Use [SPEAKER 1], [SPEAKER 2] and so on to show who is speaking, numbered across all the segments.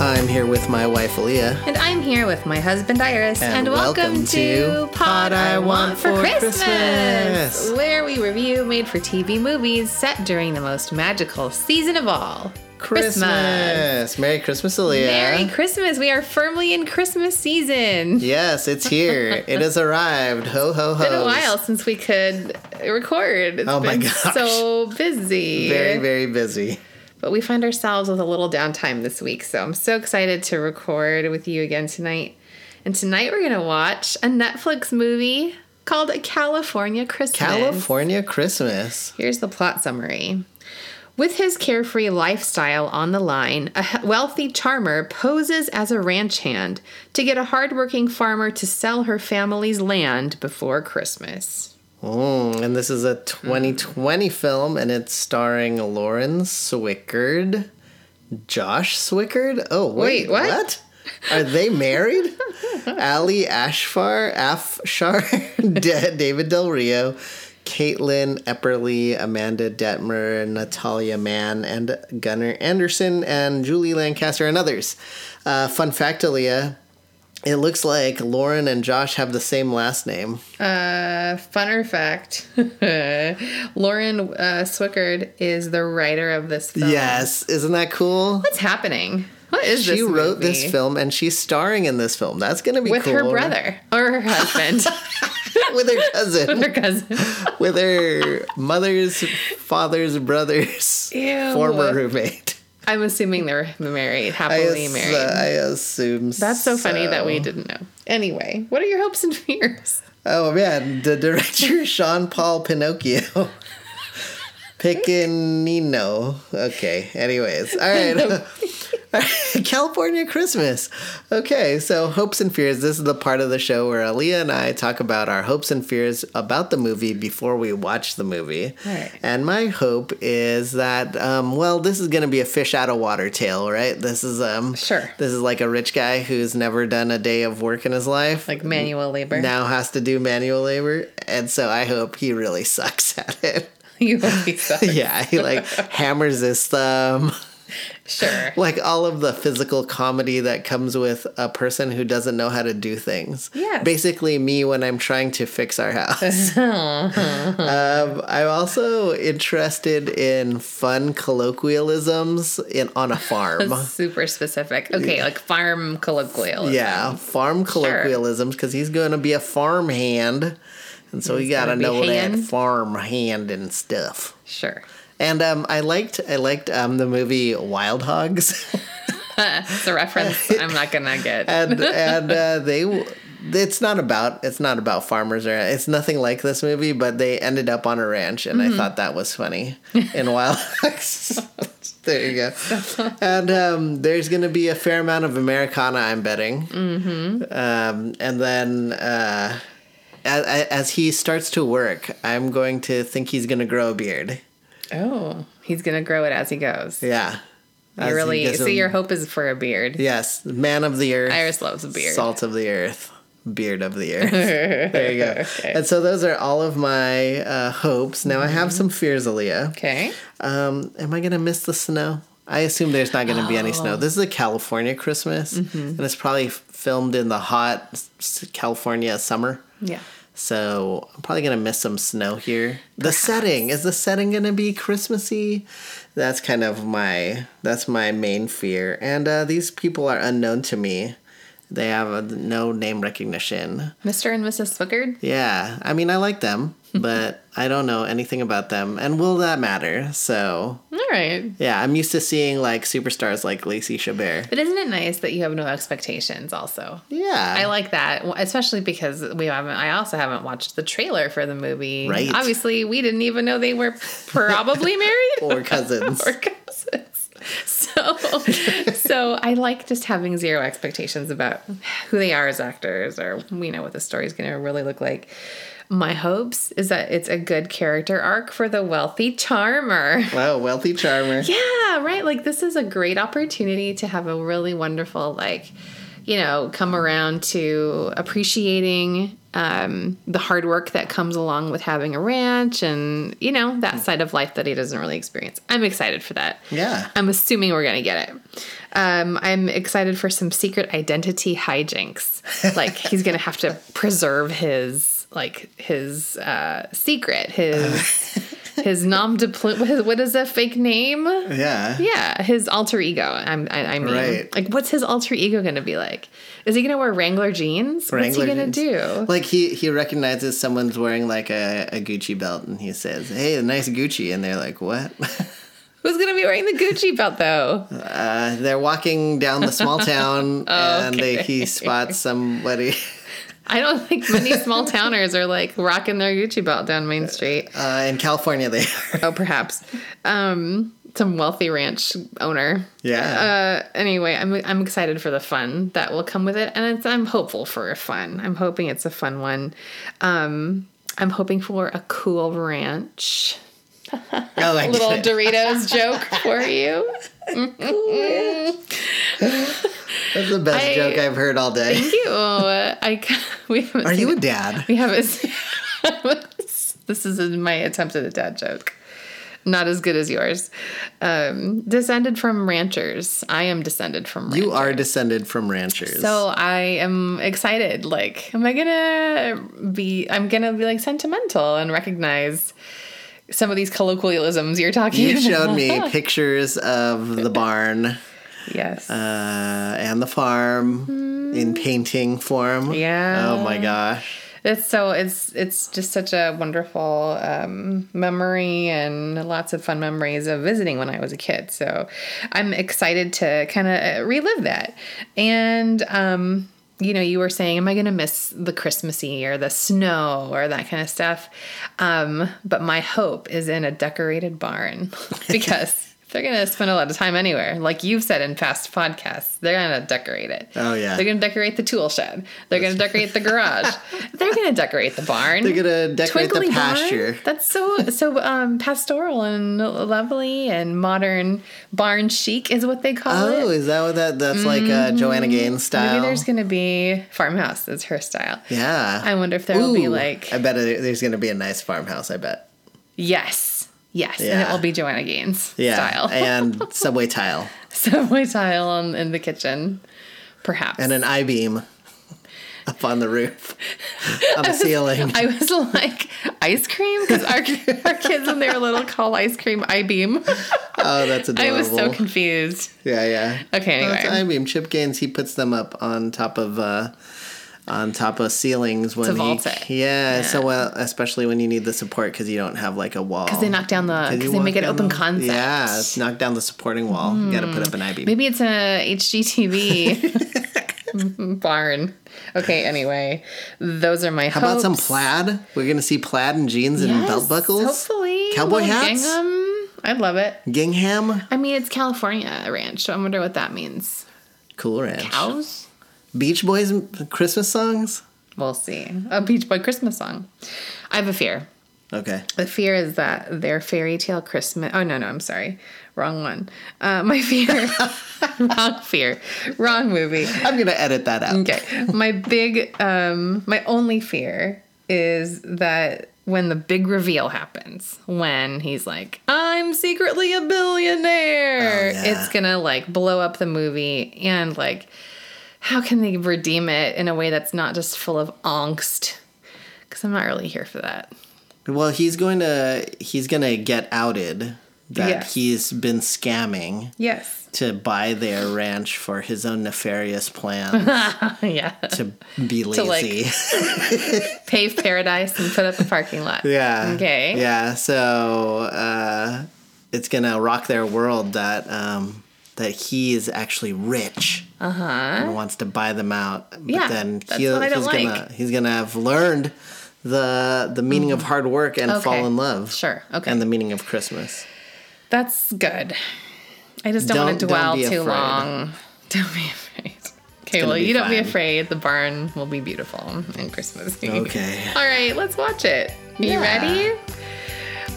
[SPEAKER 1] I'm here with my wife, Aaliyah.
[SPEAKER 2] And I'm here with my husband Iris,
[SPEAKER 1] And
[SPEAKER 2] and, welcome,
[SPEAKER 1] welcome to
[SPEAKER 2] to Pod I Want for Christmas,
[SPEAKER 1] Christmas.
[SPEAKER 2] where we review made for TV movies set during the most magical season of all
[SPEAKER 1] Christmas. Merry Christmas, Aaliyah.
[SPEAKER 2] Merry Christmas! We are firmly in Christmas season.
[SPEAKER 1] Yes, it's here. it has arrived. Ho, ho, ho.
[SPEAKER 2] It's been a while since we could record. It's
[SPEAKER 1] Oh my
[SPEAKER 2] been
[SPEAKER 1] gosh.
[SPEAKER 2] so busy.
[SPEAKER 1] Very, very busy.
[SPEAKER 2] But we find ourselves with a little downtime this week, so I'm so excited to record with you again tonight. And tonight we're gonna watch a Netflix movie called California Christmas.
[SPEAKER 1] California Christmas.
[SPEAKER 2] Here's the plot summary. With his carefree lifestyle on the line, a he- wealthy charmer poses as a ranch hand to get a hardworking farmer to sell her family's land before Christmas.
[SPEAKER 1] Mm, and this is a 2020
[SPEAKER 2] Hmm.
[SPEAKER 1] film, and it's starring Lauren Swickard, Josh Swickard. Oh wait,
[SPEAKER 2] Wait, what?
[SPEAKER 1] Are they married? Ali Ashfar, Afshar, Da- David Del Rio, Caitlin Epperly, Amanda Detmer, Natalia Mann, and Gunnar Anderson, and Julie Lancaster, and others. Uh, fun fact, Aaliyah, it looks like Lauren and Josh have the same last name.
[SPEAKER 2] Uh, funner fact Lauren uh, Swickard is the writer of this film.
[SPEAKER 1] Yes, isn't that cool?
[SPEAKER 2] What's happening? What Uh-huh. is this?
[SPEAKER 1] she wrote
[SPEAKER 2] movie?
[SPEAKER 1] this film and she's starring in this film. That's gonna be
[SPEAKER 2] with her
[SPEAKER 1] cool.
[SPEAKER 2] brother or her husband,
[SPEAKER 1] with her cousin,
[SPEAKER 2] her cousin.
[SPEAKER 1] with her mother's father's brother's
[SPEAKER 2] Ew.
[SPEAKER 1] former roommate.
[SPEAKER 2] I'm assuming they're married,
[SPEAKER 1] I,
[SPEAKER 2] happily
[SPEAKER 1] ass-
[SPEAKER 2] married.
[SPEAKER 1] I assume
[SPEAKER 2] That's so funny that we didn't know. Anyway, what are your hopes and fears?
[SPEAKER 1] Oh man, the director Sean Paul Pinocchio. Piccanino. Okay. Anyways, all right. California Christmas. Okay, so hopes and fears. This is the part of the show where Aaliyah and I talk about our hopes and fears about the movie before we watch the movie.
[SPEAKER 2] All right.
[SPEAKER 1] And my hope is that, um, well, this is going to be a fish out of water tale, right? This is um,
[SPEAKER 2] Sure.
[SPEAKER 1] This is like a rich guy who's never done a day of work in his life
[SPEAKER 2] Like manual labor.
[SPEAKER 1] now has to do manual labor, and so I hope he really sucks at it.
[SPEAKER 2] You hope he sucks.
[SPEAKER 1] yeah, he like hammers his thumb,
[SPEAKER 2] Sure.
[SPEAKER 1] like all of the physical comedy that comes with a person who doesn't know how to do things.
[SPEAKER 2] Yes.
[SPEAKER 1] basically me when I'm trying to fix our house. um, I'm also interested in fun colloquialisms in on a farm.
[SPEAKER 2] Super specific. Okay, like farm colloquial.
[SPEAKER 1] Yeah, farm colloquialisms because he's going to be a farm hand, and so you got to
[SPEAKER 2] gonna be
[SPEAKER 1] know that
[SPEAKER 2] hand.
[SPEAKER 1] farm hand and stuff.
[SPEAKER 2] Sure.
[SPEAKER 1] And um, I liked I liked um, the movie Wild Hogs,
[SPEAKER 2] It's a reference I'm not gonna get.
[SPEAKER 1] and and uh, they. w- It's not about it's not about farmers or it's nothing like this movie, but they ended up on a ranch, and
[SPEAKER 2] Mm-hmm.
[SPEAKER 1] I thought that was funny in Wild Hogs. there you go. And um, there's going to be a fair amount of Americana, I'm betting.
[SPEAKER 2] Mm-hmm.
[SPEAKER 1] Um, and then uh, as, as he starts to work, I'm going to think he's going to grow a beard.
[SPEAKER 2] oh, he's gonna grow it as he goes.
[SPEAKER 1] Yeah. As
[SPEAKER 2] you
[SPEAKER 1] he
[SPEAKER 2] really.
[SPEAKER 1] gets
[SPEAKER 2] So
[SPEAKER 1] a-
[SPEAKER 2] your hope is for a beard.
[SPEAKER 1] Yes, man of the earth.
[SPEAKER 2] Iris loves a beard.
[SPEAKER 1] Salt of the earth. Beard of the earth. there you go. And so those are all of my uh, hopes. Now I have some fears, Aaliyah.
[SPEAKER 2] Okay.
[SPEAKER 1] Um, am I going to miss the snow? I assume there's not going to be any snow. This is a California Christmas, and it's probably f- filmed in the hot s- s- California summer.
[SPEAKER 2] Yeah.
[SPEAKER 1] So I'm probably gonna miss some snow here. The setting is the setting gonna be Christmassy? That's kind of my that's my main fear. And uh, these people are unknown to me. They have uh no name recognition.
[SPEAKER 2] Mr. and Mrs. Swickard?
[SPEAKER 1] Yeah, I mean I like them, but I don't know anything about them. And will that matter? So
[SPEAKER 2] All right.
[SPEAKER 1] yeah, I'm used to seeing like superstars like Lacey Chabert.
[SPEAKER 2] But isn't it nice that you have no expectations also?
[SPEAKER 1] Yeah,
[SPEAKER 2] I like that, especially because we haven't. I also haven't watched the trailer for the movie.
[SPEAKER 1] Right.
[SPEAKER 2] Obviously, we didn't even know they were probably married
[SPEAKER 1] or cousins.
[SPEAKER 2] or cousins. So, so I like just having zero expectations about who they are as actors, or we know what the story's going to really look like. My hopes is that it's a good character arc for the wealthy charmer.
[SPEAKER 1] wow, wealthy charmer.
[SPEAKER 2] Yeah, right. Like this is a great opportunity to have a really wonderful like, you know, come around to appreciating um, the hard work that comes along with having a ranch and, you know, that side of life that he doesn't really experience. I'm excited for that.
[SPEAKER 1] Yeah.
[SPEAKER 2] I'm assuming we're going to get it. Um, I'm excited for some secret identity hijinks. Like, he's going to have to preserve his, like, his uh, secret, his. His nom de plume. What is a fake name?
[SPEAKER 1] Yeah.
[SPEAKER 2] Yeah, his alter ego. I'm, I, I mean,
[SPEAKER 1] Right.
[SPEAKER 2] like, what's his alter ego going to be like? Is he going to wear Wrangler jeans? what's he
[SPEAKER 1] Wrangler
[SPEAKER 2] going to
[SPEAKER 1] jeans.
[SPEAKER 2] do?
[SPEAKER 1] Like he he recognizes someone's wearing like a, a Gucci belt and he says, "Hey, nice Gucci," and they're like, "What?"
[SPEAKER 2] Who's going to be wearing the Gucci belt though?
[SPEAKER 1] Uh, they're walking down the small town and they, he spots somebody.
[SPEAKER 2] I don't think many small towners are like rocking their Gucci belt down Main Street.
[SPEAKER 1] Uh, in California, they are.
[SPEAKER 2] Oh, perhaps um, some wealthy ranch owner.
[SPEAKER 1] Yeah.
[SPEAKER 2] Uh, anyway, I'm I'm excited for the fun that will come with it, and it's, I'm hopeful for a fun. I'm hoping it's a fun one. Um, I'm hoping for a cool ranch.
[SPEAKER 1] oh, I
[SPEAKER 2] Uh, little
[SPEAKER 1] get it.
[SPEAKER 2] Doritos joke for you.
[SPEAKER 1] That's the best
[SPEAKER 2] I-
[SPEAKER 1] joke I've heard all day.
[SPEAKER 2] Thank you. I ca- we haven't
[SPEAKER 1] Are
[SPEAKER 2] seen
[SPEAKER 1] you a
[SPEAKER 2] it.
[SPEAKER 1] dad?
[SPEAKER 2] We haven't. Seen, this is my attempt at a dad joke. Not as good as yours. Um, descended from ranchers. I am descended from ranchers.
[SPEAKER 1] You are descended from ranchers.
[SPEAKER 2] So I am excited. Like, am I gonna be? I'm gonna be like sentimental and recognize some of these colloquialisms you're talking
[SPEAKER 1] you
[SPEAKER 2] about.
[SPEAKER 1] showed me pictures of the barn
[SPEAKER 2] Yes.
[SPEAKER 1] uh, and the farm in painting form.
[SPEAKER 2] Hmm. Yeah.
[SPEAKER 1] Oh my gosh.
[SPEAKER 2] It's so it's it's just such a wonderful um, memory and lots of fun memories of visiting when I was a kid. So I'm excited to kind of relive that. And um, you know, you were saying, am I going to miss the Christmassy or the snow or that kind of stuff? Um, but my hope is in a decorated barn because. They're gonna spend a lot of time anywhere, like you've said in past podcasts. They're gonna decorate it.
[SPEAKER 1] Oh, yeah.
[SPEAKER 2] They're gonna decorate the tool shed. They're gonna decorate the garage. They're gonna decorate the barn.
[SPEAKER 1] They're gonna decorate
[SPEAKER 2] Twinkly
[SPEAKER 1] the
[SPEAKER 2] barn?
[SPEAKER 1] pasture.
[SPEAKER 2] That's so so um, pastoral and lovely and modern barn chic is what they call
[SPEAKER 1] Oh,
[SPEAKER 2] it.
[SPEAKER 1] is that what that? That's like uh, Joanna Gaines style.
[SPEAKER 2] Maybe there's gonna be farmhouse. That's her style.
[SPEAKER 1] yeah.
[SPEAKER 2] I wonder if there will be
[SPEAKER 1] Ooh,
[SPEAKER 2] like
[SPEAKER 1] I bet it- there's gonna be a nice farmhouse. I bet.
[SPEAKER 2] yes. Yes, and it
[SPEAKER 1] Yeah.
[SPEAKER 2] will be Joanna Gaines
[SPEAKER 1] Yeah.
[SPEAKER 2] style.
[SPEAKER 1] and subway tile
[SPEAKER 2] Subway tile on, in the kitchen, perhaps.
[SPEAKER 1] and an I beam up on the roof, on the ceiling.
[SPEAKER 2] I was like, ice cream? Because our, our kids, when they were little, call ice cream I beam.
[SPEAKER 1] Oh, that's
[SPEAKER 2] I
[SPEAKER 1] adorable.
[SPEAKER 2] was so confused.
[SPEAKER 1] yeah, yeah.
[SPEAKER 2] Okay,
[SPEAKER 1] Oh, it's
[SPEAKER 2] anyway.
[SPEAKER 1] I beam. Chip Gaines he puts them up on top of. Uh, on top of ceilings when
[SPEAKER 2] vault it.
[SPEAKER 1] he, yeah, so well, especially when you need the support because you don't have like a wall.
[SPEAKER 2] Because they knock down the, because they
[SPEAKER 1] walk
[SPEAKER 2] make it
[SPEAKER 1] down
[SPEAKER 2] open
[SPEAKER 1] the-
[SPEAKER 2] concept.
[SPEAKER 1] Yeah, knock down the supporting wall. You got to put up an I beam.
[SPEAKER 2] Maybe it's a HGTV barn. Okay, anyway, those are my
[SPEAKER 1] How about some plaid? We're gonna see plaid and jeans and belt buckles.
[SPEAKER 2] Hopefully.
[SPEAKER 1] Cowboy
[SPEAKER 2] little
[SPEAKER 1] hats?
[SPEAKER 2] Gingham. I'd love it.
[SPEAKER 1] Gingham,
[SPEAKER 2] I mean, it's California ranch, so I wonder what that means.
[SPEAKER 1] Cool Ranch,
[SPEAKER 2] Cows?
[SPEAKER 1] Beach Boys Christmas songs.
[SPEAKER 2] We'll see. A Beach Boy Christmas song. I have a fear.
[SPEAKER 1] Okay,
[SPEAKER 2] The fear is that their fairy tale Christmas. Oh no, no, I'm sorry, wrong one. Uh, my fear, wrong fear, wrong movie.
[SPEAKER 1] I'm gonna edit that out.
[SPEAKER 2] Okay, my big, um, my only fear is that when the big reveal happens, when he's like, "I'm secretly a
[SPEAKER 1] Oh,
[SPEAKER 2] billionaire,"
[SPEAKER 1] yeah.
[SPEAKER 2] it's gonna like blow up the movie and like, how can they redeem it in a way that's not just full of angst? Because I'm not really here for that.
[SPEAKER 1] Well, he's going to he's gonna get outed that
[SPEAKER 2] Yes.
[SPEAKER 1] he's been scamming
[SPEAKER 2] Yes.
[SPEAKER 1] to buy their ranch for his own nefarious plan
[SPEAKER 2] yeah.
[SPEAKER 1] to be
[SPEAKER 2] like-
[SPEAKER 1] lazy.
[SPEAKER 2] pave paradise and put up a parking lot.
[SPEAKER 1] yeah.
[SPEAKER 2] Okay.
[SPEAKER 1] Yeah. So uh, it's gonna rock their world that um, that he is actually rich.
[SPEAKER 2] Uh huh.
[SPEAKER 1] and wants to buy them out. But
[SPEAKER 2] Yeah,
[SPEAKER 1] then
[SPEAKER 2] that's
[SPEAKER 1] he'll-
[SPEAKER 2] what I don't
[SPEAKER 1] he's
[SPEAKER 2] like. Mm.
[SPEAKER 1] gonna he's gonna have learned the the meaning of hard work and fall
[SPEAKER 2] Okay.
[SPEAKER 1] in love.
[SPEAKER 2] Sure, okay.
[SPEAKER 1] And the meaning of Christmas.
[SPEAKER 2] That's good. I just don't, want to
[SPEAKER 1] Don't- don't
[SPEAKER 2] dwell
[SPEAKER 1] be
[SPEAKER 2] too
[SPEAKER 1] afraid.
[SPEAKER 2] long. Don't be afraid. Okay,
[SPEAKER 1] gonna
[SPEAKER 2] well,
[SPEAKER 1] be
[SPEAKER 2] you don't be
[SPEAKER 1] fine.
[SPEAKER 2] afraid. The barn will be beautiful and Christmassy.
[SPEAKER 1] Okay.
[SPEAKER 2] All right, let's watch it. You
[SPEAKER 1] Yeah.
[SPEAKER 2] ready?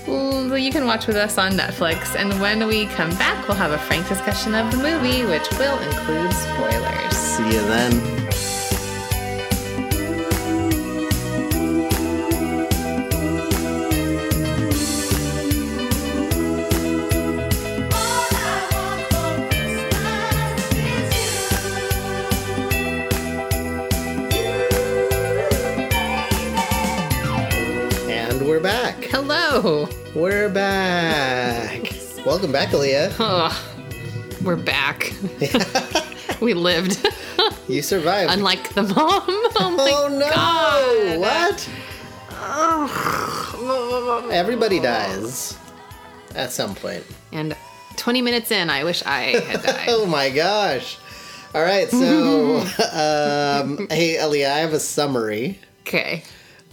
[SPEAKER 2] Well, you can watch with us on Netflix, and when we come back, we'll have a frank discussion of the movie, which will include spoilers.
[SPEAKER 1] See you then.
[SPEAKER 2] Hello.
[SPEAKER 1] We're back. Welcome back, Leah.
[SPEAKER 2] Oh, we're back. we lived.
[SPEAKER 1] You survived.
[SPEAKER 2] Unlike the mom. Oh my
[SPEAKER 1] oh no!
[SPEAKER 2] god.
[SPEAKER 1] What?
[SPEAKER 2] Ugh.
[SPEAKER 1] Everybody dies at some point.
[SPEAKER 2] And 20 minutes in, I wish I had died.
[SPEAKER 1] Oh my gosh! All right, so um, hey, Leah, I have a summary.
[SPEAKER 2] okay.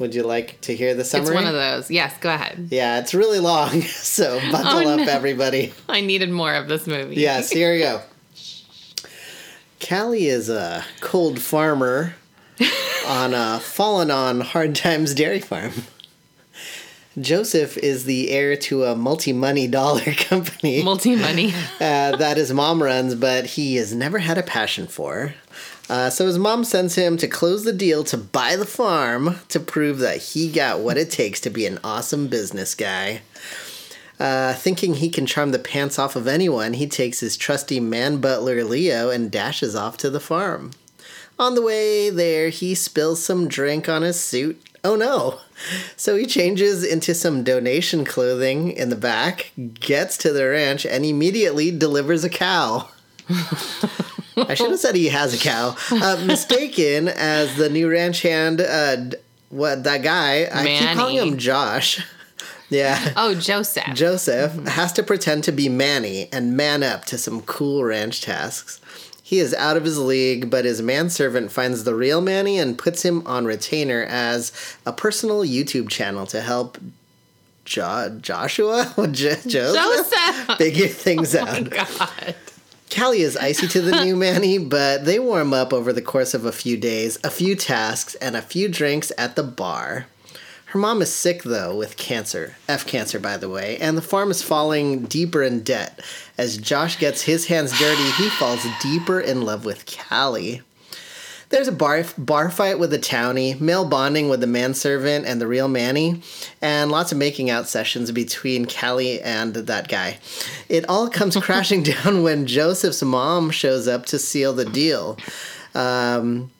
[SPEAKER 1] Would you like to hear the summary?
[SPEAKER 2] It's one of those. Yes, go ahead.
[SPEAKER 1] Yeah, it's really long, so buckle
[SPEAKER 2] Oh,
[SPEAKER 1] up,
[SPEAKER 2] no.
[SPEAKER 1] everybody.
[SPEAKER 2] I needed more of this movie.
[SPEAKER 1] Yes, here we go. Callie is a cold farmer on a fallen on hard times dairy farm. Joseph is the heir to a multi money dollar company
[SPEAKER 2] Multi money.
[SPEAKER 1] uh, that his mom runs, but he has never had a passion for. Uh, so his mom sends him to close the deal to buy the farm to prove that he got what it takes to be an awesome business guy. Uh, thinking he can charm the pants off of anyone, he takes his trusty man butler Leo and dashes off to the farm. On the way there, he spills some drink on his suit. Oh no! So he changes into some donation clothing in the back, gets to the ranch, and immediately delivers a cow. I should have said he has a cow. Uh, mistaken as the new ranch hand, uh, d- what that guy? I keep calling
[SPEAKER 2] Manny.
[SPEAKER 1] him Josh. Yeah.
[SPEAKER 2] Oh, Joseph.
[SPEAKER 1] Joseph has to pretend to be Manny and man up to some cool ranch tasks. He is out of his league, but his manservant finds the real Manny and puts him on retainer as a personal YouTube channel to help jo- Joshua jo- Joseph
[SPEAKER 2] Joseph.
[SPEAKER 1] figure things out.
[SPEAKER 2] God.
[SPEAKER 1] Callie is icy to the new Manny, but they warm up over the course of a few days, a few tasks, and a few drinks at the bar. Her mom is sick, though, with cancer, F cancer, by the way, and the farm is falling deeper in debt. As Josh gets his hands dirty, he falls deeper in love with Callie. There's a bar, bar fight with a townie, male bonding with the manservant and the real Manny, and lots of making out sessions between Callie and that guy. It all comes crashing down when Joseph's mom shows up to seal the deal. Um,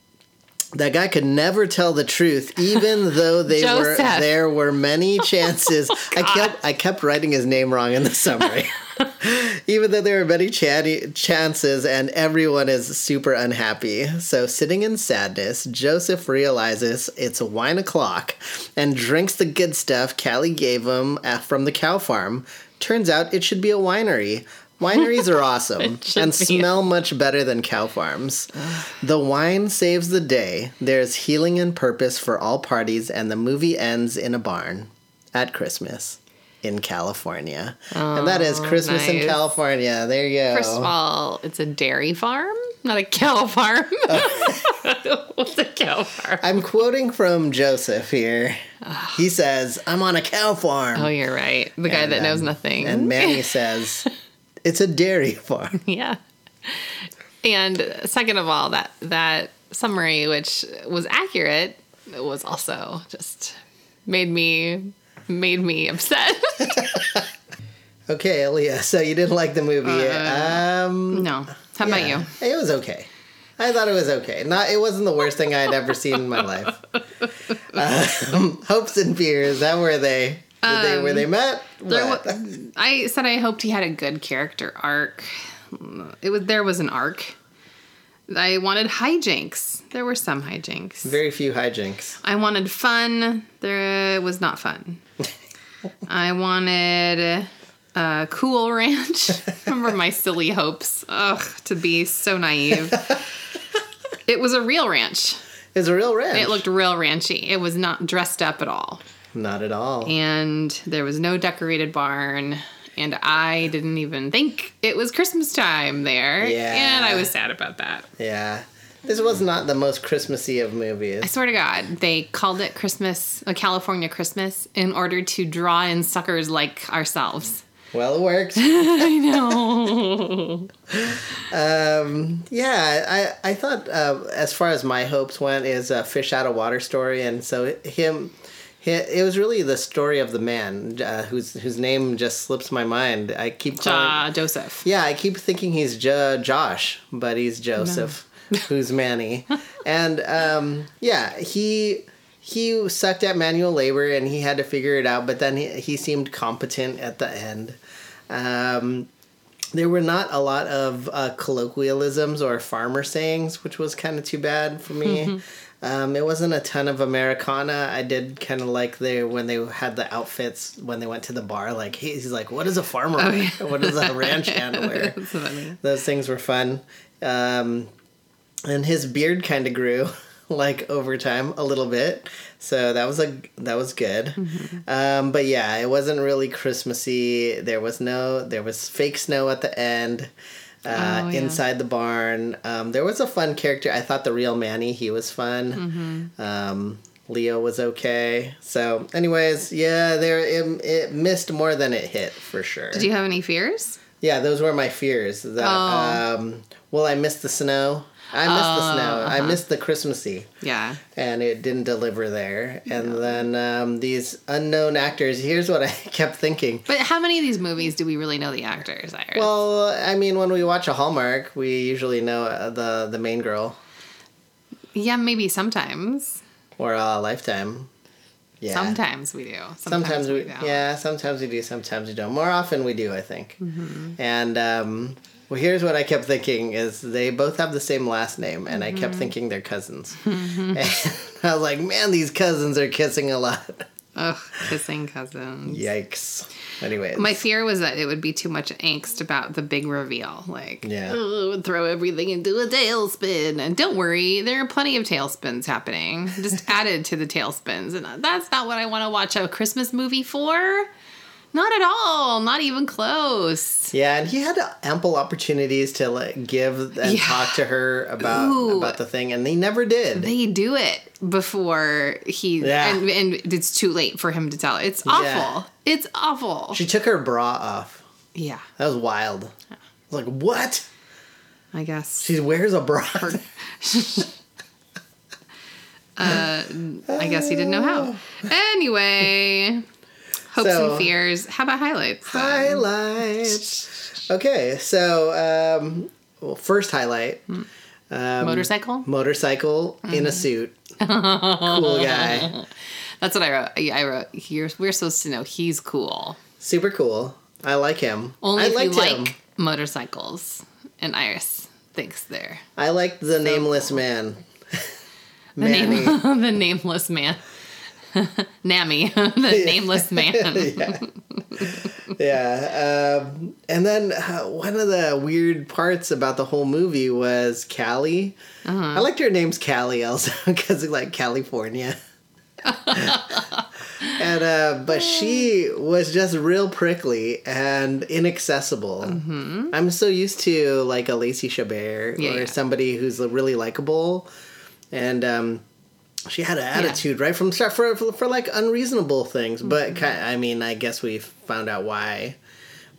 [SPEAKER 1] that guy could never tell the truth, even though they were
[SPEAKER 2] Joseph.
[SPEAKER 1] there were many chances. I kept I kept writing his name wrong in the summary. Even though there are many chatty chances and everyone is super unhappy. So, sitting in sadness, Joseph realizes it's wine o'clock and drinks the good stuff Callie gave him uh, from the cow farm. Turns out it should be a winery. Wineries are awesome
[SPEAKER 2] should
[SPEAKER 1] and
[SPEAKER 2] be.
[SPEAKER 1] smell much better than cow farms. The wine saves the day. There's healing and purpose for all parties, and the movie ends in a barn at Christmas in California. and that is Christmas in
[SPEAKER 2] nice.
[SPEAKER 1] California. There you go.
[SPEAKER 2] First of all, it's a dairy farm, not a cow farm.
[SPEAKER 1] Oh.
[SPEAKER 2] What's a cow farm?
[SPEAKER 1] I'm quoting from Joseph here. He says, I'm on a cow farm.
[SPEAKER 2] Oh, you're right. The guy that knows
[SPEAKER 1] um,
[SPEAKER 2] nothing.
[SPEAKER 1] And Manny says, It's a dairy farm.
[SPEAKER 2] yeah. And second of all, that that summary, which was accurate, was also just made me made me upset.
[SPEAKER 1] Okay, Aaliyah, so you didn't like the movie. um,
[SPEAKER 2] no. How Uh, about
[SPEAKER 1] yeah,
[SPEAKER 2] you?
[SPEAKER 1] It was okay. I thought it was okay. Not, it wasn't the worst thing I had ever seen in my life. Um, hopes and fears, how were they? Did they were they met?
[SPEAKER 2] Um, There
[SPEAKER 1] What?
[SPEAKER 2] wa- I said I hoped he had a good character arc. It was there was an arc. I wanted hijinks. There were some hijinks.
[SPEAKER 1] Very few hijinks.
[SPEAKER 2] I wanted fun. There was not fun. I wanted a cool ranch. Remember my silly hopes. Ugh, to be so naive. It was a real ranch.
[SPEAKER 1] It's a real ranch.
[SPEAKER 2] It looked real ranchy. It was not dressed up at all.
[SPEAKER 1] not at all.
[SPEAKER 2] And there was no decorated barn. And I didn't even think it was Christmas time there.
[SPEAKER 1] Yeah.
[SPEAKER 2] And I was sad about that.
[SPEAKER 1] Yeah. This was not the most Christmassy of
[SPEAKER 2] I
[SPEAKER 1] movies.
[SPEAKER 2] swear to God, they called it Christmas, a California Christmas, in order to draw in suckers like ourselves.
[SPEAKER 1] Well, it worked.
[SPEAKER 2] I know.
[SPEAKER 1] Um, yeah, I, I thought uh, as far as my hopes went is a fish out of water story, and so him, he, it was really the story of the man uh, whose whose name just slips my mind. I keep calling,
[SPEAKER 2] Ja Joseph.
[SPEAKER 1] yeah, I keep thinking he's jo- Josh, but he's Joseph, who's Manny, and um, yeah, he he sucked at manual labor and he had to figure it out, but then he, he seemed competent at the end. Um, there were not a lot of uh, colloquialisms or farmer sayings, which was kind of too bad for me. um, it wasn't a ton of Americana. I did kind of like they when they had the outfits when they went to the bar. Like he, he's like, "What is a farmer? wear? what does a ranch hand wear?"
[SPEAKER 2] funny.
[SPEAKER 1] Those things were fun. Um, and his beard kind of grew like over time a little bit so that was a that was good
[SPEAKER 2] Mm-hmm.
[SPEAKER 1] um, but yeah it wasn't really christmassy there was no there was fake snow at the end uh,
[SPEAKER 2] Oh, yeah.
[SPEAKER 1] inside the barn um, there was a fun character i thought the real manny he was fun
[SPEAKER 2] Mm-hmm.
[SPEAKER 1] um, leo was okay so anyways yeah there it, it missed more than it hit for sure
[SPEAKER 2] Did you have any fears?
[SPEAKER 1] yeah, those were my fears. That,
[SPEAKER 2] Oh.
[SPEAKER 1] um, well, I missed the snow. I missed the snow. I
[SPEAKER 2] uh-huh.
[SPEAKER 1] missed the Christmassy,
[SPEAKER 2] Yeah.
[SPEAKER 1] and it didn't deliver there. And then um, these unknown actors. Here's what I kept thinking.
[SPEAKER 2] But how many of these movies do we really know the actors? Iris?
[SPEAKER 1] Well, I mean, when we watch a Hallmark, we usually know uh, the the main girl
[SPEAKER 2] yeah, maybe sometimes.
[SPEAKER 1] or uh, Lifetime. Yeah.
[SPEAKER 2] Sometimes we do. Sometimes,
[SPEAKER 1] Sometimes we,
[SPEAKER 2] don't.
[SPEAKER 1] yeah, sometimes we do, sometimes we don't. More often we do, I think.
[SPEAKER 2] Mm-hmm.
[SPEAKER 1] And um, well, here's what I kept thinking: is they both have the same last name, and I kept
[SPEAKER 2] Mm-hmm.
[SPEAKER 1] thinking they're cousins. And I was like, man, these cousins are kissing a lot.
[SPEAKER 2] Ugh, kissing cousins.
[SPEAKER 1] Yikes. Anyways,
[SPEAKER 2] My fear was that it would be too much angst about the big reveal. Like,
[SPEAKER 1] Yeah.
[SPEAKER 2] "Oh, we'll throw everything into a tailspin. And don't worry, there are plenty of tailspins happening, just added to the tailspins. And uh, that's not what I want to watch a Christmas movie for. Not at all. Not even close.
[SPEAKER 1] yeah, and he had ample opportunities to like give and
[SPEAKER 2] Yeah.
[SPEAKER 1] talk to her about
[SPEAKER 2] Ooh.
[SPEAKER 1] about the thing, and he never did.
[SPEAKER 2] They do it before he,
[SPEAKER 1] Yeah.
[SPEAKER 2] and, and it's too late for him to tell. her. It's awful. It's awful.
[SPEAKER 1] she took her bra off.
[SPEAKER 2] yeah,
[SPEAKER 1] That was wild. I was like, what?
[SPEAKER 2] I guess.
[SPEAKER 1] She wears a bra.
[SPEAKER 2] I guess he didn't know how. Anyway, hopes
[SPEAKER 1] So- Um,
[SPEAKER 2] and fears. How about highlights? then?
[SPEAKER 1] highlights. Okay, so um, well, first highlight um,
[SPEAKER 2] Motorcycle.
[SPEAKER 1] motorcycle in a suit. cool guy,
[SPEAKER 2] That's what I wrote. I I wrote. Here's we're supposed to know he's cool.
[SPEAKER 1] super cool. I like him.
[SPEAKER 2] Only
[SPEAKER 1] I
[SPEAKER 2] if you
[SPEAKER 1] liked
[SPEAKER 2] like
[SPEAKER 1] him.
[SPEAKER 2] motorcycles. And Iris thinks they're
[SPEAKER 1] I liked the nameless man.
[SPEAKER 2] the,
[SPEAKER 1] Manny.
[SPEAKER 2] name, the nameless man. Nami, the nameless man.
[SPEAKER 1] yeah. yeah. Um, and then uh, one of the weird parts about the whole movie was Callie.
[SPEAKER 2] Uh-huh.
[SPEAKER 1] I liked her name's Callie also because like California. and uh, but she was just real prickly and inaccessible. I'm so used to like a Lacey Chabert
[SPEAKER 2] Mm-hmm. Yeah,
[SPEAKER 1] or
[SPEAKER 2] yeah.
[SPEAKER 1] somebody who's really likable, and um, she had an attitude right from the start for, for, for like unreasonable things but ki i mean i guess we found out why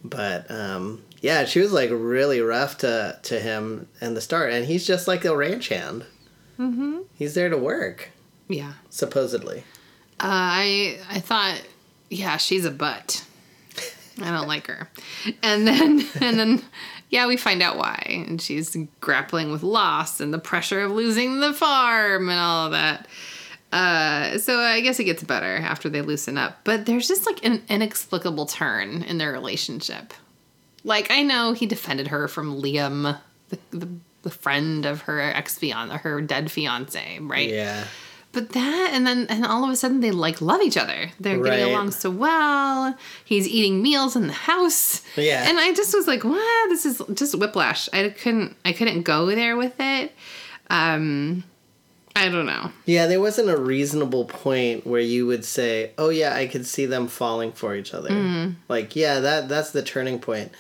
[SPEAKER 1] but um yeah she was like really rough to to him in the start and he's just like a ranch hand mm-hmm. he's there to work
[SPEAKER 2] yeah.
[SPEAKER 1] supposedly
[SPEAKER 2] Uh, I I thought, yeah, she's a butt. I don't like her. And then and then yeah, we find out why. And she's grappling with loss and the pressure of losing the farm and all of that. Uh, so I guess it gets better after they loosen up. But there's just like an inexplicable turn in their relationship. Like I know he defended her from Liam, the, the, the friend of her ex fiance, her dead fiance, right?
[SPEAKER 1] yeah
[SPEAKER 2] But that, and then, and all of a sudden, they like love each other. They're
[SPEAKER 1] Right.
[SPEAKER 2] getting along so well. He's eating meals in the house.
[SPEAKER 1] Yeah.
[SPEAKER 2] and I just was like, "What? This is just whiplash." I couldn't, I couldn't go there with it. Um, I don't know.
[SPEAKER 1] yeah there wasn't a reasonable point where you would say oh yeah i could see them falling for each other
[SPEAKER 2] Mm-hmm.
[SPEAKER 1] like yeah that that's the turning point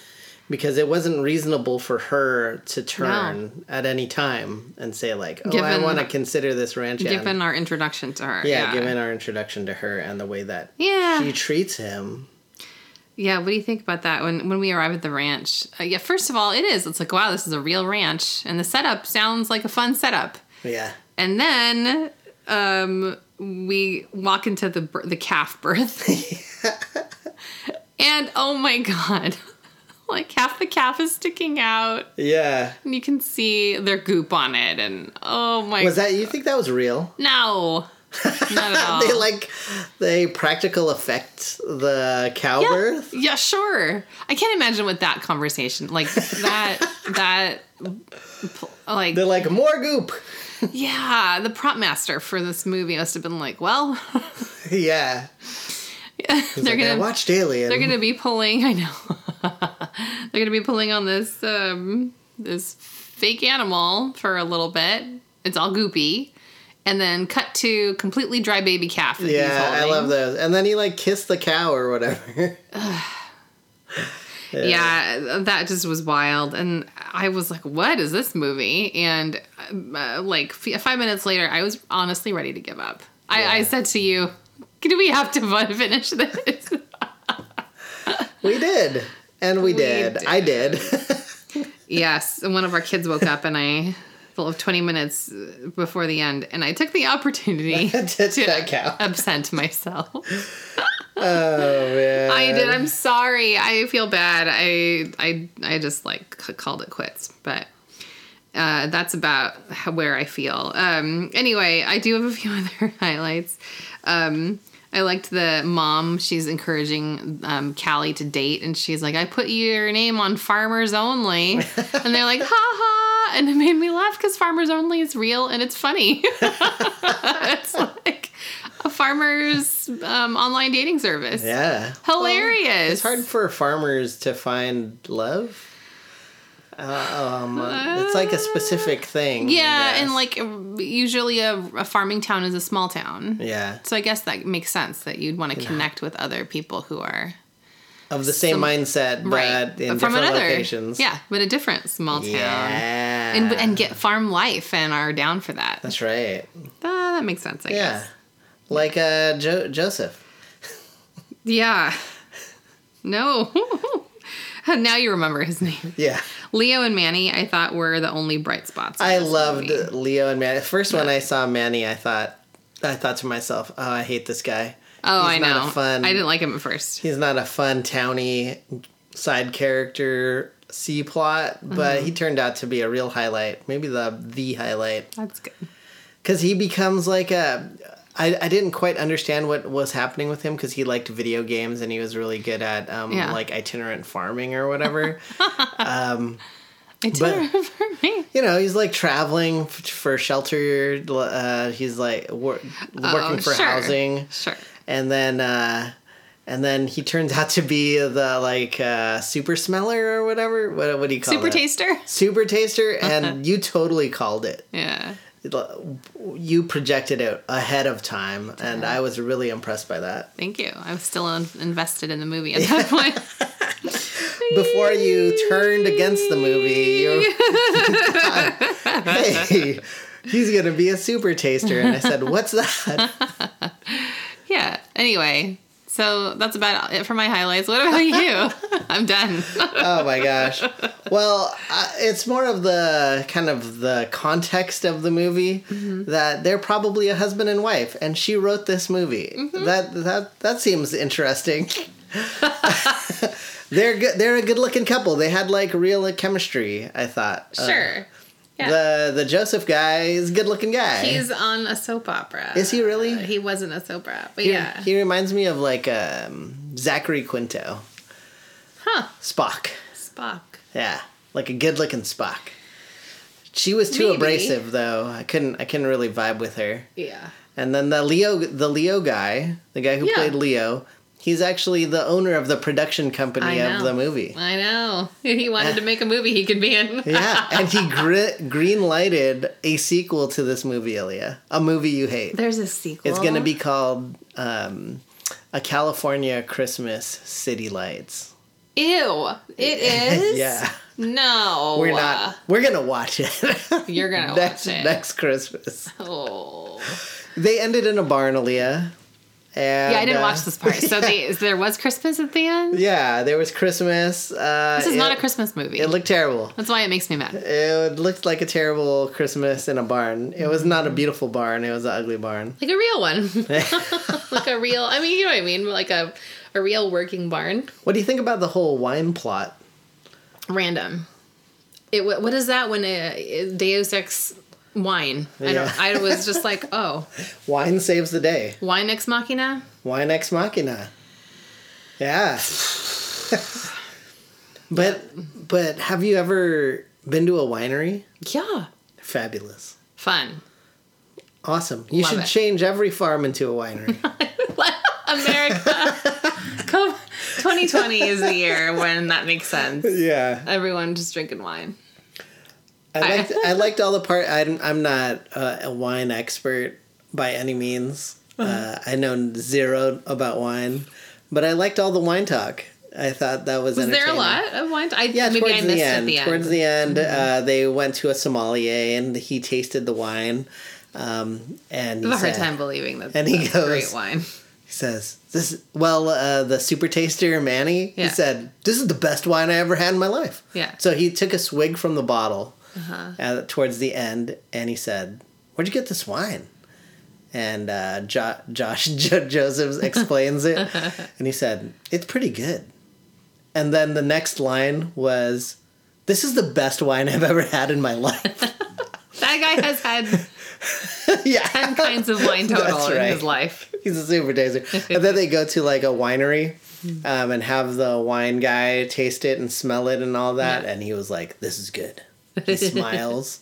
[SPEAKER 1] because it wasn't reasonable for her to turn at any time and say like oh i
[SPEAKER 2] Given-
[SPEAKER 1] want to consider this ranch hand."
[SPEAKER 2] Given our introduction to her,
[SPEAKER 1] yeah, given our introduction to her and the way that
[SPEAKER 2] yeah,
[SPEAKER 1] she treats him
[SPEAKER 2] Yeah, what do you think about that when when we arrive at the ranch? Uh, yeah, first of all, it is. It's like, wow, this is a real ranch, and the setup sounds like a fun setup.
[SPEAKER 1] yeah
[SPEAKER 2] And then um, we walk into the bir- the calf birth, and oh my god, like half the calf is sticking out,
[SPEAKER 1] yeah
[SPEAKER 2] and you can see their goop on it, and oh my
[SPEAKER 1] was that you think that was real
[SPEAKER 2] no, Not at all.
[SPEAKER 1] they like they practical effect the cow
[SPEAKER 2] yeah,
[SPEAKER 1] birth.
[SPEAKER 2] yeah, sure. I can't imagine what that conversation like that that like
[SPEAKER 1] They're like more goop.
[SPEAKER 2] yeah. The prop master for this movie must have been like, well,
[SPEAKER 1] yeah,
[SPEAKER 2] they're
[SPEAKER 1] Like, I
[SPEAKER 2] gonna
[SPEAKER 1] watched Alien.
[SPEAKER 2] they're gonna be pulling. I know they're gonna be pulling on this um, this fake animal for a little bit. It's all goopy, and then cut to completely dry baby calf. That he's
[SPEAKER 1] yeah,
[SPEAKER 2] holding.
[SPEAKER 1] I love those. And then he like kissed the cow or whatever.
[SPEAKER 2] yeah that just was wild and i was like what is this movie and uh, like f- five minutes later i was honestly ready to give up I, I said to you do we have to fi- finish this
[SPEAKER 1] we did, and we, did. I did.
[SPEAKER 2] yes and one of our kids woke up and i well 20 minutes before the end and i took the opportunity
[SPEAKER 1] Did that cow?
[SPEAKER 2] absent myself
[SPEAKER 1] Oh man.
[SPEAKER 2] i did i'm sorry i feel bad i i, I just like c- called it quits but uh, that's about how, where I feel. Um, anyway, I do have a few other highlights. Um, I liked the mom. She's encouraging um, Callie to date, and she's like, "I put your name on Farmers Only," and they're like, "Ha ha!" And it made me laugh because Farmers Only is real and it's funny. it's like a farmer's um, online dating service.
[SPEAKER 1] Yeah.
[SPEAKER 2] Hilarious.
[SPEAKER 1] It's hard for farmers to find love. Uh, um, it's like a specific thing. I
[SPEAKER 2] Uh, Yeah,
[SPEAKER 1] guess.
[SPEAKER 2] and like usually a, a farming town is a small town.
[SPEAKER 1] yeah,
[SPEAKER 2] So I guess that makes sense that you'd want to connect with other people who are
[SPEAKER 1] of the same
[SPEAKER 2] some-
[SPEAKER 1] mindset, but
[SPEAKER 2] right
[SPEAKER 1] in
[SPEAKER 2] from
[SPEAKER 1] different
[SPEAKER 2] another
[SPEAKER 1] locations.
[SPEAKER 2] yeah, but a different small town.
[SPEAKER 1] yeah,
[SPEAKER 2] And, and get farm life and are down for that.
[SPEAKER 1] that's right.
[SPEAKER 2] Ah, that makes sense, I
[SPEAKER 1] Yeah,
[SPEAKER 2] guess.
[SPEAKER 1] like uh, jo- Joseph.
[SPEAKER 2] Yeah. No. now you remember his name.
[SPEAKER 1] Yeah,
[SPEAKER 2] Leo and Manny, I thought were the only bright spots. in
[SPEAKER 1] I
[SPEAKER 2] this
[SPEAKER 1] loved
[SPEAKER 2] movie.
[SPEAKER 1] Leo and Manny. The First one I saw Manny, I thought, I thought to myself, oh, I hate this guy.
[SPEAKER 2] Oh,
[SPEAKER 1] He's
[SPEAKER 2] I
[SPEAKER 1] not a
[SPEAKER 2] know.
[SPEAKER 1] fun-
[SPEAKER 2] I didn't like him at first.
[SPEAKER 1] he's not a fun towny side character C plot, but
[SPEAKER 2] Mm-hmm.
[SPEAKER 1] he turned out to be a real highlight. Maybe the the highlight
[SPEAKER 2] That's good.
[SPEAKER 1] because he becomes like a. I, I didn't quite understand what was happening with him because he liked video games and he was really good at um,
[SPEAKER 2] Yeah.
[SPEAKER 1] like itinerant farming or whatever.
[SPEAKER 2] It's
[SPEAKER 1] But-
[SPEAKER 2] for me.
[SPEAKER 1] you know, he's like traveling f- for shelter. Uh, he's like wor- working
[SPEAKER 2] Oh,
[SPEAKER 1] for
[SPEAKER 2] sure.
[SPEAKER 1] housing.
[SPEAKER 2] Sure.
[SPEAKER 1] and then uh and then he turns out to be the like uh super smeller or whatever what, what do you call
[SPEAKER 2] Super
[SPEAKER 1] it?
[SPEAKER 2] taster.
[SPEAKER 1] super taster and you totally called it
[SPEAKER 2] Yeah.
[SPEAKER 1] you projected it ahead of time and i was really impressed by that
[SPEAKER 2] Thank you. I was still in- invested in the movie at that point.
[SPEAKER 1] before you turned against the movie you hey he's gonna be a super taster and i said what's that
[SPEAKER 2] yeah. Anyway, so that's about it for my highlights. What about you? I'm done.
[SPEAKER 1] oh my gosh well uh, it's more of the kind of the context of the movie
[SPEAKER 2] Mm-hmm.
[SPEAKER 1] that they're probably a husband and wife and she wrote this movie
[SPEAKER 2] Mm-hmm.
[SPEAKER 1] that that that seems interesting they're good they're a good looking couple they had like real chemistry i thought Uh,
[SPEAKER 2] Sure. yeah.
[SPEAKER 1] the the joseph guy is a good looking guy
[SPEAKER 2] He's on a soap opera.
[SPEAKER 1] is he really
[SPEAKER 2] He wasn't a soap opera, but
[SPEAKER 1] He-
[SPEAKER 2] yeah.
[SPEAKER 1] he reminds me of like um zachary quinto
[SPEAKER 2] huh.
[SPEAKER 1] spock
[SPEAKER 2] Spock.
[SPEAKER 1] Yeah, like a good-looking Spock. She was too
[SPEAKER 2] Maybe.
[SPEAKER 1] abrasive, though. I couldn't. I couldn't really vibe with her.
[SPEAKER 2] Yeah.
[SPEAKER 1] And then the Leo, the Leo guy, the guy who
[SPEAKER 2] Yeah.
[SPEAKER 1] played Leo, he's actually the owner of the production company
[SPEAKER 2] I
[SPEAKER 1] of
[SPEAKER 2] know.
[SPEAKER 1] the movie.
[SPEAKER 2] I know. He wanted to make a movie he could be in.
[SPEAKER 1] Yeah, and he gr- green lighted a sequel to this movie, Elia. A movie you hate.
[SPEAKER 2] There's a sequel.
[SPEAKER 1] It's going to be called um, A California Christmas City Lights.
[SPEAKER 2] Ew. It is?
[SPEAKER 1] Yeah.
[SPEAKER 2] No.
[SPEAKER 1] We're not. We're going to watch it.
[SPEAKER 2] You're going to watch
[SPEAKER 1] next,
[SPEAKER 2] it.
[SPEAKER 1] next Christmas.
[SPEAKER 2] Oh.
[SPEAKER 1] They ended in a barn, Aaliyah. And,
[SPEAKER 2] Yeah, I didn't
[SPEAKER 1] uh,
[SPEAKER 2] watch this part. So they, there was Christmas at the end?
[SPEAKER 1] Yeah, there was Christmas. Uh,
[SPEAKER 2] This is
[SPEAKER 1] it,
[SPEAKER 2] not a Christmas movie.
[SPEAKER 1] It looked terrible.
[SPEAKER 2] That's why it makes me mad.
[SPEAKER 1] It looked like a terrible Christmas in a barn. It was not a beautiful barn. It was an ugly barn.
[SPEAKER 2] Like a real one. like a real, I mean, you know what I mean? Like a, a real working barn.
[SPEAKER 1] What do you think about the whole wine plot?
[SPEAKER 2] Random. It, what what is that when a, uh, Deus Ex Wine. I
[SPEAKER 1] Yeah.
[SPEAKER 2] don't. I was just like, oh,
[SPEAKER 1] Wine saves the day.
[SPEAKER 2] wine ex machina.
[SPEAKER 1] Wine ex machina. Yeah. but but have you ever been to a winery?
[SPEAKER 2] Yeah,
[SPEAKER 1] Fabulous.
[SPEAKER 2] fun.
[SPEAKER 1] Awesome. You
[SPEAKER 2] Love
[SPEAKER 1] should
[SPEAKER 2] it.
[SPEAKER 1] change every farm into a winery.
[SPEAKER 2] America. Come, 2020 is the year when that makes sense.
[SPEAKER 1] yeah.
[SPEAKER 2] Everyone just drinking wine.
[SPEAKER 1] I liked, I liked all the part. I'm, I'm not uh, a wine expert by any means.
[SPEAKER 2] Uh-huh.
[SPEAKER 1] Uh, I know zero about wine, but I liked all the wine talk. I thought that was
[SPEAKER 2] Is there a
[SPEAKER 1] entertaining.
[SPEAKER 2] lot of wine? I,
[SPEAKER 1] Yeah,
[SPEAKER 2] maybe
[SPEAKER 1] towards
[SPEAKER 2] I
[SPEAKER 1] the
[SPEAKER 2] missed
[SPEAKER 1] end.
[SPEAKER 2] at the end. Mm-hmm.
[SPEAKER 1] Towards the end, uh, they went to a sommelier and he tasted the wine, um, and
[SPEAKER 2] I
[SPEAKER 1] he
[SPEAKER 2] have a hard
[SPEAKER 1] said-
[SPEAKER 2] time believing that
[SPEAKER 1] And he
[SPEAKER 2] that's
[SPEAKER 1] goes-
[SPEAKER 2] great wine.
[SPEAKER 1] He says, "This well, uh, the super taster Manny. He
[SPEAKER 2] Yeah.
[SPEAKER 1] said, "This is the best wine I ever had in my life."
[SPEAKER 2] Yeah. Uh-huh.
[SPEAKER 1] So he took a swig from the bottle uh, towards the end, and he said, "Where'd you get this wine?" And uh, jo- Josh jo- Josephs explains it, and he said, "It's pretty good." And then the next line was, "This is the best wine I've ever had in my life."
[SPEAKER 2] That guy has had
[SPEAKER 1] yeah.
[SPEAKER 2] 10 kinds of wine total
[SPEAKER 1] That's
[SPEAKER 2] in
[SPEAKER 1] right.
[SPEAKER 2] his life.
[SPEAKER 1] He's a super taster. and then they go to like a winery um, and have the wine guy taste it and smell it and all that.
[SPEAKER 2] Yeah.
[SPEAKER 1] And he was like, this is good. He smiles.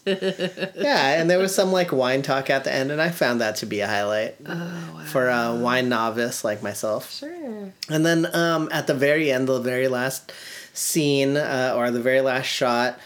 [SPEAKER 1] yeah. And there was some like wine talk at the end. And I found that to be a highlight
[SPEAKER 2] Oh, wow.
[SPEAKER 1] for a wine novice like myself.
[SPEAKER 2] Sure.
[SPEAKER 1] And then um, at the very end, the very last scene uh, or the very last shot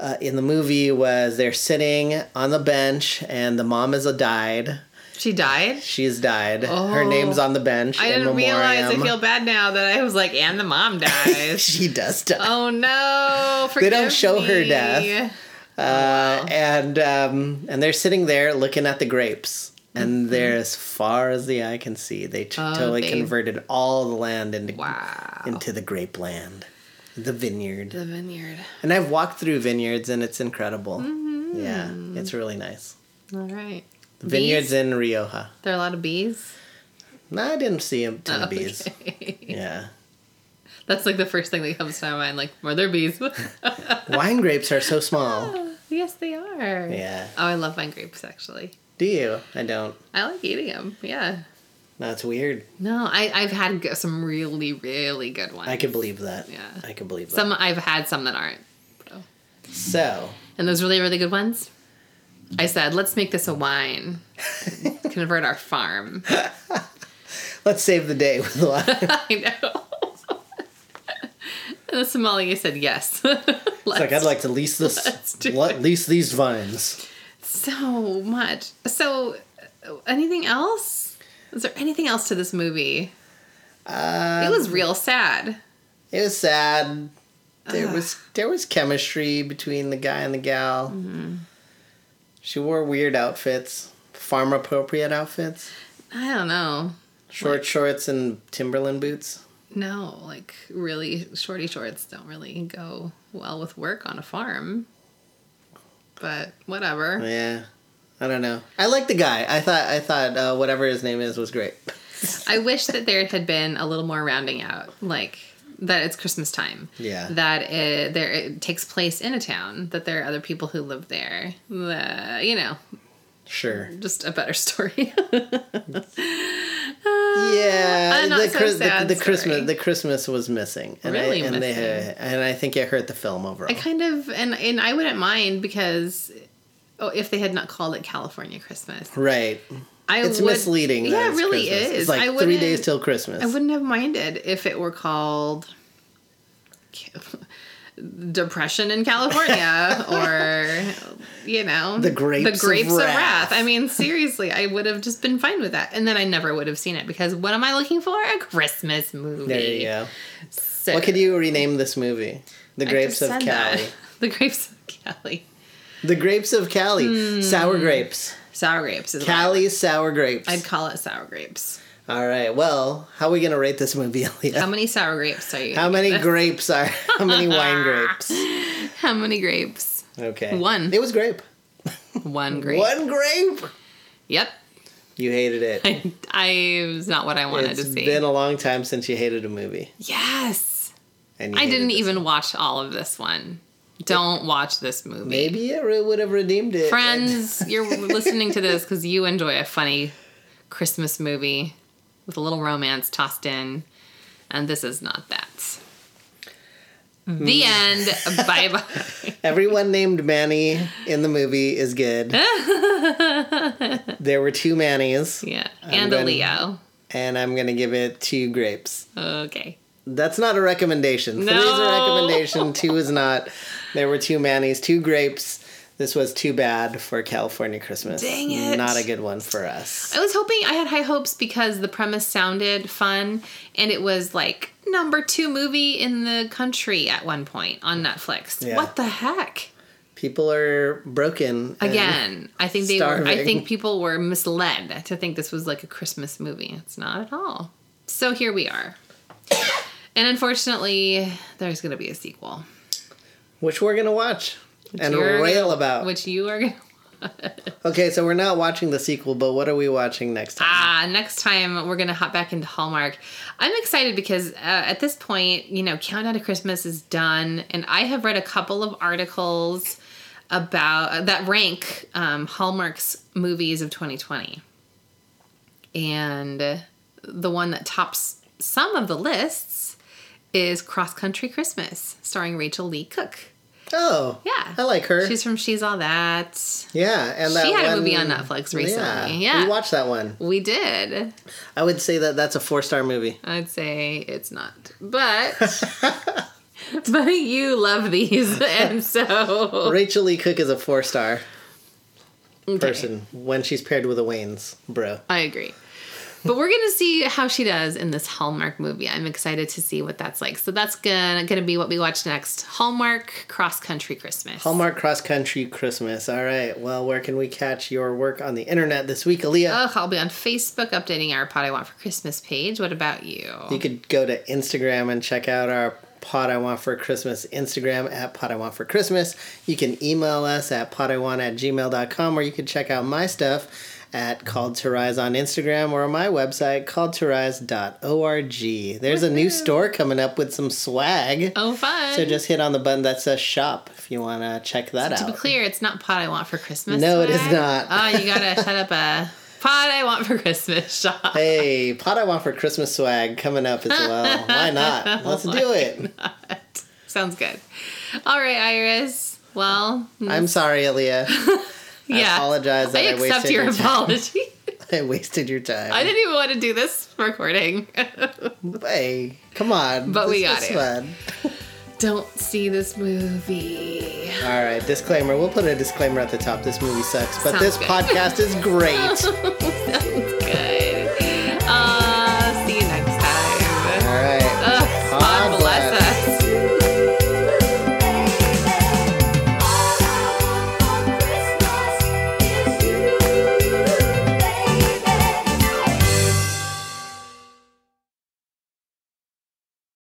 [SPEAKER 1] uh, in the movie was they're sitting on the bench and the mom has died.
[SPEAKER 2] She died?
[SPEAKER 1] She's died. Her
[SPEAKER 2] Oh.
[SPEAKER 1] name's on the bench.
[SPEAKER 2] I
[SPEAKER 1] in
[SPEAKER 2] didn't realize I
[SPEAKER 1] memoriam.
[SPEAKER 2] feel bad now that I was like, and the mom dies.
[SPEAKER 1] she does die.
[SPEAKER 2] oh no.
[SPEAKER 1] They don't
[SPEAKER 2] forgive
[SPEAKER 1] show her
[SPEAKER 2] me.
[SPEAKER 1] death.
[SPEAKER 2] Oh.
[SPEAKER 1] Uh, and um, and they're sitting there looking at the grapes, and they're as far as the eye can see. They t-
[SPEAKER 2] Mm-hmm. Oh,
[SPEAKER 1] totally
[SPEAKER 2] they-
[SPEAKER 1] converted all the land into
[SPEAKER 2] Wow.
[SPEAKER 1] into the grape land, the vineyard.
[SPEAKER 2] The vineyard.
[SPEAKER 1] And I've walked through vineyards, and it's incredible.
[SPEAKER 2] Mm-hmm.
[SPEAKER 1] Yeah, it's really nice.
[SPEAKER 2] All right.
[SPEAKER 1] The vineyards
[SPEAKER 2] Bees?
[SPEAKER 1] in Rioja.
[SPEAKER 2] There are a lot of bees.
[SPEAKER 1] No, I didn't see a ton of bees.
[SPEAKER 2] Okay.
[SPEAKER 1] Yeah,
[SPEAKER 2] That's like the first thing that comes to my mind. Like, are there bees?
[SPEAKER 1] wine grapes are so small.
[SPEAKER 2] yes, they are.
[SPEAKER 1] Yeah.
[SPEAKER 2] Oh, I love wine grapes actually.
[SPEAKER 1] Do you? I don't.
[SPEAKER 2] I like eating them. Yeah.
[SPEAKER 1] That's weird.
[SPEAKER 2] No, I, I've had g- some really, really good ones.
[SPEAKER 1] I can believe that.
[SPEAKER 2] Yeah.
[SPEAKER 1] I can believe that.
[SPEAKER 2] Some I've had some that aren't. So.
[SPEAKER 1] so,
[SPEAKER 2] And those really, really good ones. I said, let's make this a wine. Convert our farm.
[SPEAKER 1] let's save the day with wine.
[SPEAKER 2] I know. and the sommelier said yes.
[SPEAKER 1] It's like I'd like to lease
[SPEAKER 2] Let's
[SPEAKER 1] this,
[SPEAKER 2] do
[SPEAKER 1] le- lease these vines.
[SPEAKER 2] so much. So, uh, anything else? Is there anything else to this movie?
[SPEAKER 1] Uh,
[SPEAKER 2] it was real sad.
[SPEAKER 1] it was sad. There was there was chemistry between the guy and the gal.
[SPEAKER 2] Mm-hmm.
[SPEAKER 1] She wore weird outfits, farm appropriate outfits,
[SPEAKER 2] I don't know.
[SPEAKER 1] short shorts and Timberland boots.
[SPEAKER 2] No, like really shorty shorts don't really go well with work on a farm. But whatever.
[SPEAKER 1] Yeah, I don't know. I like the guy. I thought I thought uh, whatever his name is was great.
[SPEAKER 2] I wish that there had been a little more rounding out, like that it's Christmas time.
[SPEAKER 1] Yeah.
[SPEAKER 2] That it, there it takes place in a town. That there are other people who live there. The, you know,
[SPEAKER 1] Sure.
[SPEAKER 2] just a better story.
[SPEAKER 1] Yeah,
[SPEAKER 2] A not
[SPEAKER 1] the,
[SPEAKER 2] so
[SPEAKER 1] Chris-
[SPEAKER 2] sad
[SPEAKER 1] the, the Christmas
[SPEAKER 2] story.
[SPEAKER 1] the Christmas was missing, and
[SPEAKER 2] Really
[SPEAKER 1] I, and They,
[SPEAKER 2] missing.
[SPEAKER 1] and I think it hurt the film overall.
[SPEAKER 2] I kind of and and I wouldn't mind because oh, if they had not called it California Christmas,
[SPEAKER 1] right,
[SPEAKER 2] I
[SPEAKER 1] it's
[SPEAKER 2] would-
[SPEAKER 1] misleading. that
[SPEAKER 2] Yeah, it
[SPEAKER 1] it's
[SPEAKER 2] really
[SPEAKER 1] Christmas.
[SPEAKER 2] is.
[SPEAKER 1] It's like
[SPEAKER 2] I
[SPEAKER 1] three
[SPEAKER 2] wouldn't-
[SPEAKER 1] days till Christmas.
[SPEAKER 2] I wouldn't have minded if it were called Depression in California or you know
[SPEAKER 1] The Grapes of Wrath.
[SPEAKER 2] I mean, seriously, I would have just been fine with that, and then I never would have seen it because what am I looking for? A Christmas movie.
[SPEAKER 1] there you go.
[SPEAKER 2] So-
[SPEAKER 1] What could you rename this movie? The
[SPEAKER 2] I
[SPEAKER 1] Grapes
[SPEAKER 2] just
[SPEAKER 1] of
[SPEAKER 2] said
[SPEAKER 1] Cali.
[SPEAKER 2] that. The grapes of Cali.
[SPEAKER 1] The Grapes of Cali.
[SPEAKER 2] Hmm.
[SPEAKER 1] Sour grapes.
[SPEAKER 2] Sour grapes is what I-
[SPEAKER 1] Cali sour grapes.
[SPEAKER 2] I'd call it sour grapes.
[SPEAKER 1] All right. Well, how are we gonna rate this movie, Elia?
[SPEAKER 2] How many sour grapes are you?
[SPEAKER 1] How many grapes are? How many wine grapes?
[SPEAKER 2] How many grapes?
[SPEAKER 1] Okay.
[SPEAKER 2] One.
[SPEAKER 1] It was grape.
[SPEAKER 2] One grape.
[SPEAKER 1] One grape.
[SPEAKER 2] Yep.
[SPEAKER 1] You hated it.
[SPEAKER 2] I, I it was not what I wanted
[SPEAKER 1] It's
[SPEAKER 2] to see.
[SPEAKER 1] been a long time since you hated a movie.
[SPEAKER 2] yes.
[SPEAKER 1] And you
[SPEAKER 2] I
[SPEAKER 1] hated
[SPEAKER 2] didn't
[SPEAKER 1] this.
[SPEAKER 2] even watch all of this one. Don't watch this movie.
[SPEAKER 1] Maybe it re- would have redeemed it.
[SPEAKER 2] Friends, you're listening to this because you enjoy a funny Christmas movie with a little romance tossed in, and this is not that.
[SPEAKER 1] Hmm.
[SPEAKER 2] The end. bye bye.
[SPEAKER 1] Everyone named Manny in the movie is good. there were two Mannies,
[SPEAKER 2] Yeah, and a
[SPEAKER 1] gonna-
[SPEAKER 2] Leo.
[SPEAKER 1] and I'm gonna give it two grapes.
[SPEAKER 2] Okay.
[SPEAKER 1] That's not a recommendation. Three is a
[SPEAKER 2] No.
[SPEAKER 1] recommendation. Two is not. There were two Mannies, two grapes. This was too bad for California Christmas.
[SPEAKER 2] Dang it.
[SPEAKER 1] Not a good one for us.
[SPEAKER 2] I was hoping I had high hopes because the premise sounded fun and it was like number two movie in the country at one point on Netflix.
[SPEAKER 1] Yeah.
[SPEAKER 2] What the heck?
[SPEAKER 1] People are broken and-
[SPEAKER 2] Again, I think they were, I
[SPEAKER 1] Starving.
[SPEAKER 2] think people were misled to think this was like a Christmas movie. It's not at all. So here we are. and unfortunately, there's going to be a sequel.
[SPEAKER 1] which we're gonna watch and
[SPEAKER 2] you're
[SPEAKER 1] rail
[SPEAKER 2] gonna-
[SPEAKER 1] about.
[SPEAKER 2] Which you are going to
[SPEAKER 1] okay, so we're not watching the sequel, but what are we watching next time?
[SPEAKER 2] Ah, next time we're gonna hop back into Hallmark. I'm excited because uh, at this point, you know, Countdown to Christmas is done, and I have read a couple of articles about uh, that rank um, Hallmark's movies of 2020, and the one that tops some of the lists is Cross Country Christmas, starring Rachel Lee Cook.
[SPEAKER 1] Oh,
[SPEAKER 2] Yeah,
[SPEAKER 1] I like her.
[SPEAKER 2] She's from She's All That.
[SPEAKER 1] yeah, and that
[SPEAKER 2] she had
[SPEAKER 1] one-
[SPEAKER 2] a movie on Netflix recently. Yeah,
[SPEAKER 1] we watched that one.
[SPEAKER 2] we did.
[SPEAKER 1] I would say that that's a four star movie.
[SPEAKER 2] I'd say it's not. But but you love these and so
[SPEAKER 1] Rachel Lee Cook is a four star person when she's paired with a Wayne's bro.
[SPEAKER 2] I agree. But we're gonna see how she does in this Hallmark movie. I'm excited to see what that's like. So that's gonna gonna be what we watch next. Hallmark Cross Country Christmas.
[SPEAKER 1] Hallmark Cross Country Christmas. All right. Well, where can we catch your work on the internet this week, Aaliyah?
[SPEAKER 2] Ugh, I'll be on Facebook updating our pot I want for Christmas page. What about you?
[SPEAKER 1] you could go to Instagram and check out our Pot I Want for Christmas Instagram at Pot I Want for Christmas. You can email us at potiwant at gmail.com or you can check out my stuff at Called to Rise on Instagram or my website, calledtorise.org. There's a new store coming up with some swag.
[SPEAKER 2] Oh fun.
[SPEAKER 1] So just hit on the button that says shop if you want to check that
[SPEAKER 2] to be
[SPEAKER 1] out.
[SPEAKER 2] clear, it's not pot I want for Christmas.
[SPEAKER 1] No, it is
[SPEAKER 2] swag.
[SPEAKER 1] not.
[SPEAKER 2] Oh, you gotta set up a pot I want for Christmas shop.
[SPEAKER 1] Hey, Pot I Want for Christmas swag coming up as well. Why not? Let's do it.
[SPEAKER 2] Sounds good. All right, Iris. Well,
[SPEAKER 1] I'm sorry, Aaliyah.
[SPEAKER 2] yeah.
[SPEAKER 1] apologize that I
[SPEAKER 2] accept
[SPEAKER 1] wasted
[SPEAKER 2] your
[SPEAKER 1] your time.
[SPEAKER 2] apology.
[SPEAKER 1] I wasted your time.
[SPEAKER 2] I didn't even want to do this recording.
[SPEAKER 1] Hey, come on.
[SPEAKER 2] But we
[SPEAKER 1] This
[SPEAKER 2] got
[SPEAKER 1] was fun.
[SPEAKER 2] Don't see this movie.
[SPEAKER 1] All right, disclaimer. We'll put a disclaimer at the top. This movie sucks, but
[SPEAKER 2] Sounds
[SPEAKER 1] this
[SPEAKER 2] good.
[SPEAKER 1] podcast is great.
[SPEAKER 2] Sounds good. Uh,